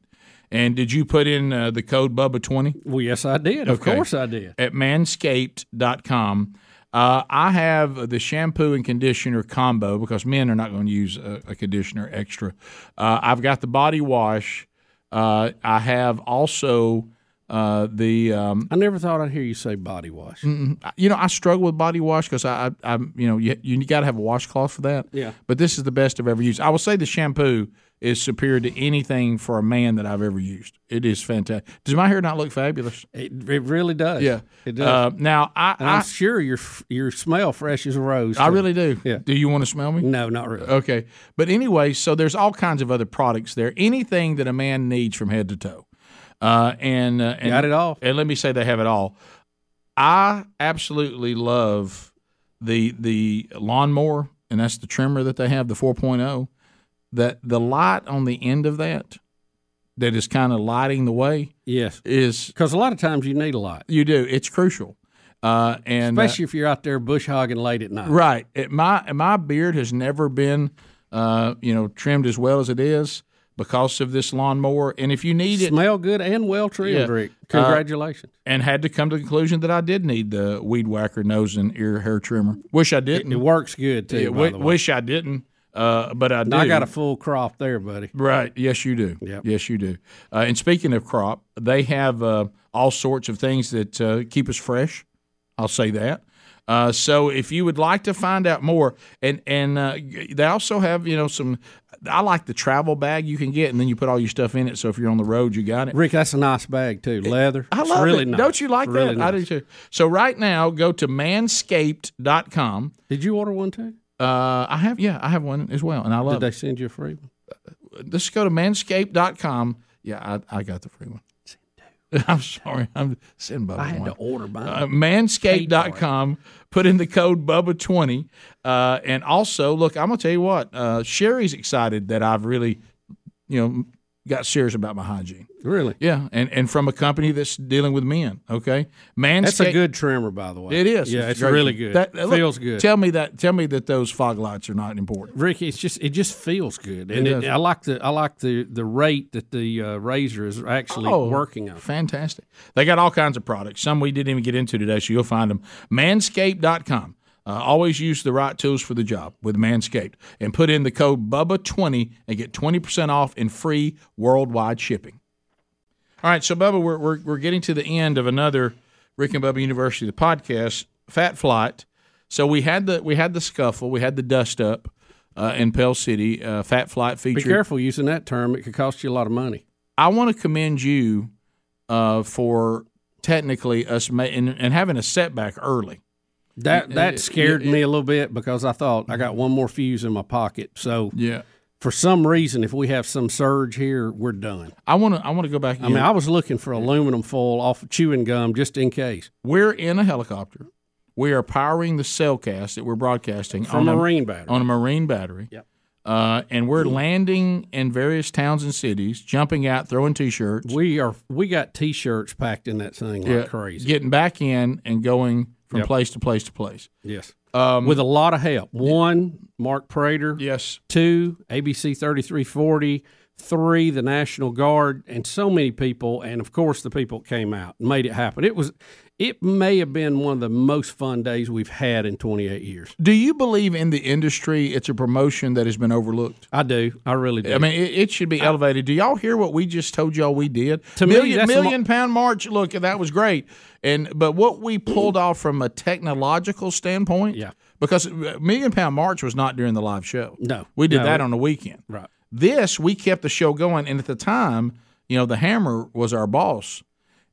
A: And did you put in uh, the code Bubba twenty?
B: Well, yes, I did. Of
A: Okay.
B: course, I did.
A: at manscaped.com. Uh, I have the shampoo and conditioner combo because men are not going to use a, a conditioner extra. Uh, I've got the body wash. Uh, I have also uh, the um,
B: I never thought I'd hear you say body wash.
A: Mm. you know I struggle with body wash because I, I I'm you know you you got to have a washcloth for that.
B: Yeah.
A: But this is the best I've ever used. I will say the shampoo is superior to anything for a man that I've ever used. It is fantastic. Does my hair not look fabulous?
B: It, it really does. it does.
A: Uh, now I,
B: and I'm
A: I
B: sure your f- your smell fresh as a rose.
A: I
B: too.
A: really Uh, do.
B: Yeah.
A: Do you want to smell me?
B: no, not really.
A: Okay. But anyway, so there's all kinds of other products there. Anything that a man needs from head to toe. Uh, and, uh, and
B: Got it all.
A: And let me say they have it all. I absolutely love the the lawnmower, and that's the trimmer that they have, the 4.0. That the light on the end of that, that is kind of lighting the way,
B: Yes,
A: is
B: because a lot of times you need a lot,
A: you do. It's crucial. Uh, and uh,
B: especially if you're out there bush hogging late at night.
A: Right. It, my my beard has never been, uh, you know, trimmed as well as it is because of this lawnmower. And if you need it,
B: Smell good and well trimmed,
A: Yeah. Uh,
B: Rick. Congratulations.
A: and had to come to the conclusion that I did need the weed whacker nose and ear hair trimmer. Wish I didn't.
B: it works good too.
A: Yeah,
B: by
A: wi-
B: the way.
A: wish I didn't. Uh, but I do.
B: Now, I got a full crop there, buddy.
A: Right. Yes, you do.
B: Yep.
A: Yes, you do. Uh, and speaking of crop, they have uh, all sorts of things that uh, keep us fresh. I'll say that. Uh, so if you would like to find out more, and and uh, they also have you know some. I like the travel bag you can get, and then you put all your stuff in it. So if you're on the road, you got it.
B: Rick, that's a nice bag too. Leather.
A: I
B: it's
A: love
B: really
A: it.
B: Nice.
A: Don't you like
B: It's really
A: that? I
B: nice.
A: do too. So right now, go to manscaped.com.
B: Did you order one too?
A: Uh, I have yeah, I have one as well, and I
B: Did
A: love.
B: they
A: it.
B: send you a free one?
A: Just go to manscaped.com. Yeah, I, I got the free one. I'm sorry. I'm sitting Bubba.
B: I had
A: one.
B: to order mine.
A: Uh, manscaped.com. Put in the code Bubba20. Uh, and also, look, I'm going to tell you what, uh, Sherry's excited that I've really, you know, got serious about my hygiene.
B: Really?
A: Yeah, and and from a company that's dealing with men. Okay, Manscaped.
B: That's a good trimmer, by the way.
A: It is.
B: Yeah, it's
A: great.
B: really good.
A: That-
B: it
A: look,
B: feels good.
A: Tell me that. Tell me that those fog lights are not important.
B: Rick, it's just it just feels good, and
A: It
B: it
A: does.
B: I like the I like the the rate that the uh, razor is actually
A: Oh.
B: working on.
A: Fantastic. They got all kinds of products. Some we didn't even get into today, so you'll find them. Manscaped.com. Uh, always use the right tools for the job with Manscaped and put in the code BUBBA20 and get 20% off and free worldwide shipping. All right, so Bubba, we're, we're, we're getting to the end of another Rick and Bubba University, the podcast, Fat Flight. So we had the we had the scuffle, we had the dust up uh, in Pell City, uh, Fat Flight
B: Be
A: featured.
B: careful using that term; it could cost you a lot of money.
A: I want to commend you uh, for technically us ma- and, and having a setback early.
B: That
A: it-
B: that scared me a little bit because I thought I got one more fuse in my pocket. So
A: Yeah,
B: for some reason, if we have some surge here, we're done.
A: I want to. I want to go back.
B: I mean, I was looking for aluminum foil off of chewing gum just in case
A: we're in a helicopter. We are powering the cellcast that we're broadcasting on
B: from a
A: a
B: marine battery.
A: on a marine battery.
B: Yep.
A: Uh, and we're landing in various towns and cities, jumping out, throwing t-shirts,
B: we are we got t-shirts packed in that thing like
A: yeah,
B: crazy.
A: getting back in and going from
B: Yep.
A: place to place to place.
B: Yes,
A: Um,
B: with a lot of help. One, Mark Prater.
A: yes,
B: two, ABC 3340, three, the National Guard, and so many people. And of course, the people that came out and made it happen. It was, it may have been one of the most fun days we've had in 28 years.
A: do you believe in the industry? It's a promotion that has been overlooked.
B: I do. I really do.
A: I mean, it, it should be elevated. Do y'all hear what we just told y'all we did?
B: To me,
A: million
B: that's the mo-
A: million pound march. Look, that was great. And but what we pulled off from a technological standpoint,
B: Yeah.
A: because uh, million pound march was not during the live show.
B: No.
A: we did
B: No.
A: that on the weekend.
B: right.
A: This we kept the show going, and at the time, you know, the hammer was our boss.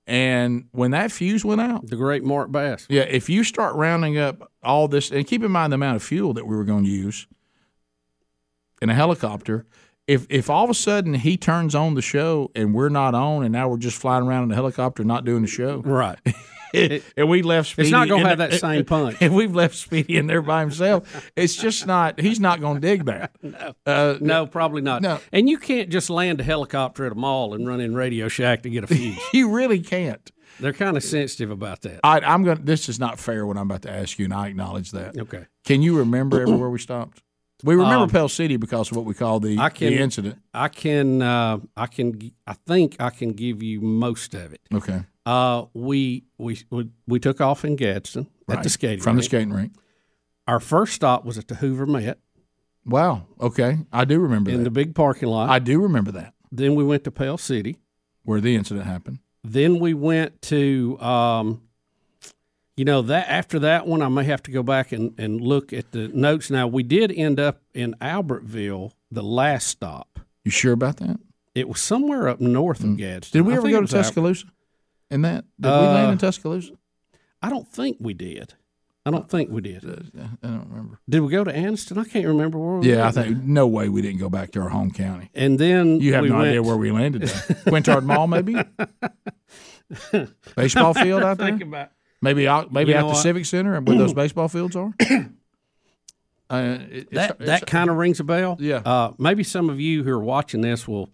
A: And when that fuse went out,
B: The great Mark Bass.
A: yeah, if you start rounding up all this, and keep in mind the amount of fuel that we were going to use in a helicopter. If if all of a sudden he turns on the show and we're not on, and now we're just flying around in a helicopter not doing the show,
B: Right.
A: and we left Speedy,
B: It's not going
A: in
B: to have
A: there-
B: that same punch.
A: and we've left Speedy in there by himself. It's just not. He's not going to dig that. Uh,
B: No, probably not.
A: No.
B: And you can't just land a helicopter at a mall and run in Radio Shack to get a fuse.
A: he really can't.
B: They're kind of sensitive about that.
A: I, I'm going. to This is not fair. What I'm about to ask you, and I acknowledge that.
B: Okay.
A: Can you remember everywhere we stopped? We remember Pell City because of what we call the,
B: Um, I can-
A: the incident.
B: I can, uh, I can, g- I think I can give you most of it.
A: Okay.
B: Uh, we we we, we took off in Gadsden at the skating
A: From the
B: rink.
A: skating rink.
B: Our first stop was at the Hoover Met
A: Wow. Okay. I do remember
B: in
A: that.
B: the big parking lot.
A: I do remember that
B: then we went to Pell City.
A: where the incident happened.
B: Then we went to, um, you know, that after that one, I may have to go back and, and look at the notes. Now we did end up in Albertville, the last stop.
A: You sure about that?
B: It was somewhere up north of Gadsden.
A: Mm. Did we
B: I
A: ever
B: think
A: go
B: it
A: to
B: was Al-
A: Tuscaloosa? And that did we
B: Uh,
A: land in Tuscaloosa?
B: I don't think we did. I don't think we did.
A: Uh, I don't remember.
B: Did we go to Anniston? I can't remember where. We
A: Yeah, I
B: went.
A: think no way we didn't go back to our home county.
B: And then
A: You have
B: we
A: no
B: went,
A: idea where we landed. Though. Quintard Mall, maybe baseball field out there.
B: Think about.
A: Maybe out, maybe
B: You
A: out
B: know
A: the
B: what?
A: Civic Center and where those baseball fields are. Uh, it- it's-
B: that
A: it's-
B: that kind of rings a bell.
A: Yeah.
B: Uh, maybe some of you who are watching this will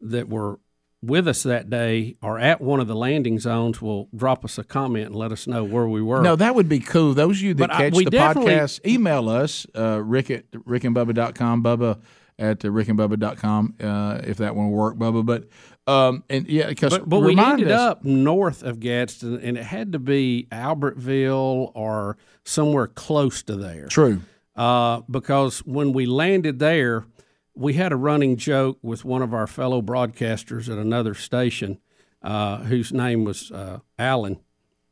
B: that were with us that day or at one of the landing zones will drop us a comment and let us know where we were.
A: No, that would be cool. Those of you that
B: But I-
A: catch
B: we
A: the
B: definitely-
A: podcast, email us, uh, rick at rickandbubba.com, bubba at uh, rickandbubba.com, uh, if that one will work, Bubba. But, um, and yeah, because
B: but, but we
A: remind
B: ended
A: us,
B: up north of Gadsden, and it had to be Albertville or somewhere close to there.
A: True.
B: uh, because when we landed there, we had a running joke with one of our fellow broadcasters at another station, uh, whose name was uh, Alan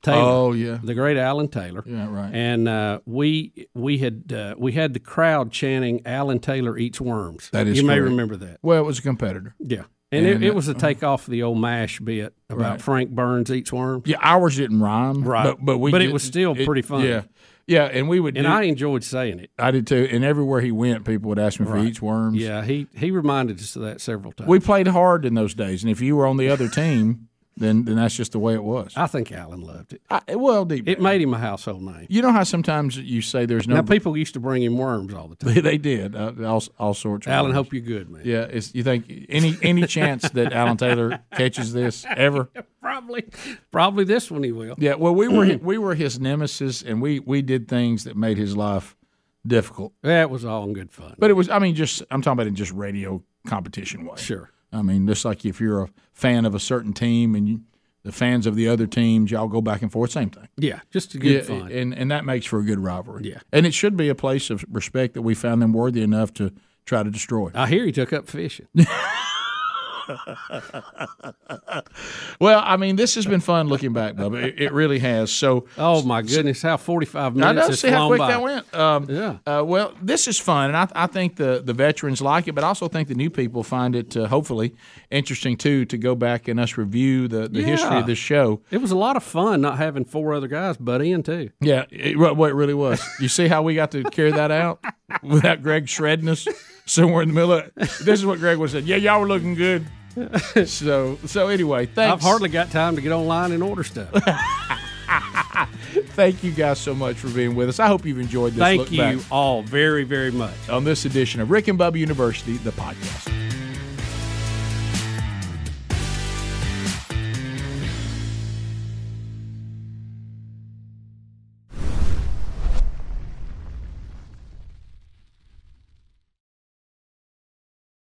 B: Taylor,
A: Oh, yeah.
B: the great Alan Taylor.
A: Yeah, right.
B: And uh, we we had uh, we had the crowd chanting "Alan Taylor eats worms."
A: That is
B: you may
A: correct.
B: remember that.
A: Well, it was a competitor.
B: Yeah,
A: And,
B: and, it,
A: uh,
B: it was a takeoff of the old Mash bit about
A: Right.
B: Frank Burns eats worms,
A: Yeah, ours didn't rhyme.
B: Right.
A: But, but, we
B: But it
A: did-
B: was still pretty funny.
A: Yeah. Yeah, and we would
B: and
A: do,
B: I enjoyed saying it.
A: I did too. And everywhere he went, people would ask me if he eats worms.
B: Yeah, he he reminded us of that several times.
A: We played hard in those days. And if you were on the other team, then then that's just the way it was.
B: I think Alan loved it.
A: I, well, deep,
B: It made him a household name.
A: you know how sometimes you say there's no.
B: Now people used to bring him worms all the time.
A: they did uh, all, all sorts. of
B: Alan,
A: words.
B: hope you're good, man.
A: Yeah, it's, you think any any chance that Alan Taylor catches this ever?
B: Probably, probably this one he will.
A: Yeah. Well, we were we were his nemesis, and we we did things that made his life difficult.
B: That was all in good fun.
A: But it was, I mean, just I'm talking about in just radio competition way.
B: Sure.
A: I mean, just like if you're a fan of a certain team and you, the fans of the other teams, y'all go back and forth, same thing.
B: Yeah, just a good
A: yeah,
B: fun.
A: and and that makes for a good rivalry.
B: Yeah.
A: and it should be a place of respect that we found them worthy enough to try to destroy.
B: I hear he took up fishing.
A: Well, I mean, this has been fun looking back, Bubba. It, it really has. So.
B: Oh my goodness, how 45
A: I
B: minutes
A: know.
B: has
A: See how
B: flown
A: quick
B: by.
A: that went. Um,
B: Yeah.
A: uh, well, this is fun, and I, I think the, the veterans like it, but I also think the new people find it uh, hopefully interesting too to go back and us review the, the history
B: Yeah.
A: of the show.
B: It was a lot of fun not having four other guys butt in too.
A: Yeah, it, well, it really was. You see how we got to carry that out without Greg shredding us somewhere in the middle. Of, this is what Greg would have said. Yeah, y'all were looking good. So, so anyway, thanks.
B: I've hardly got time to get online and order stuff.
A: thank you guys so much for being with us. I hope you've enjoyed this.
B: Thank
A: look
B: you
A: back
B: all very, very much.
A: on this edition of Rick and Bubba University, the podcast.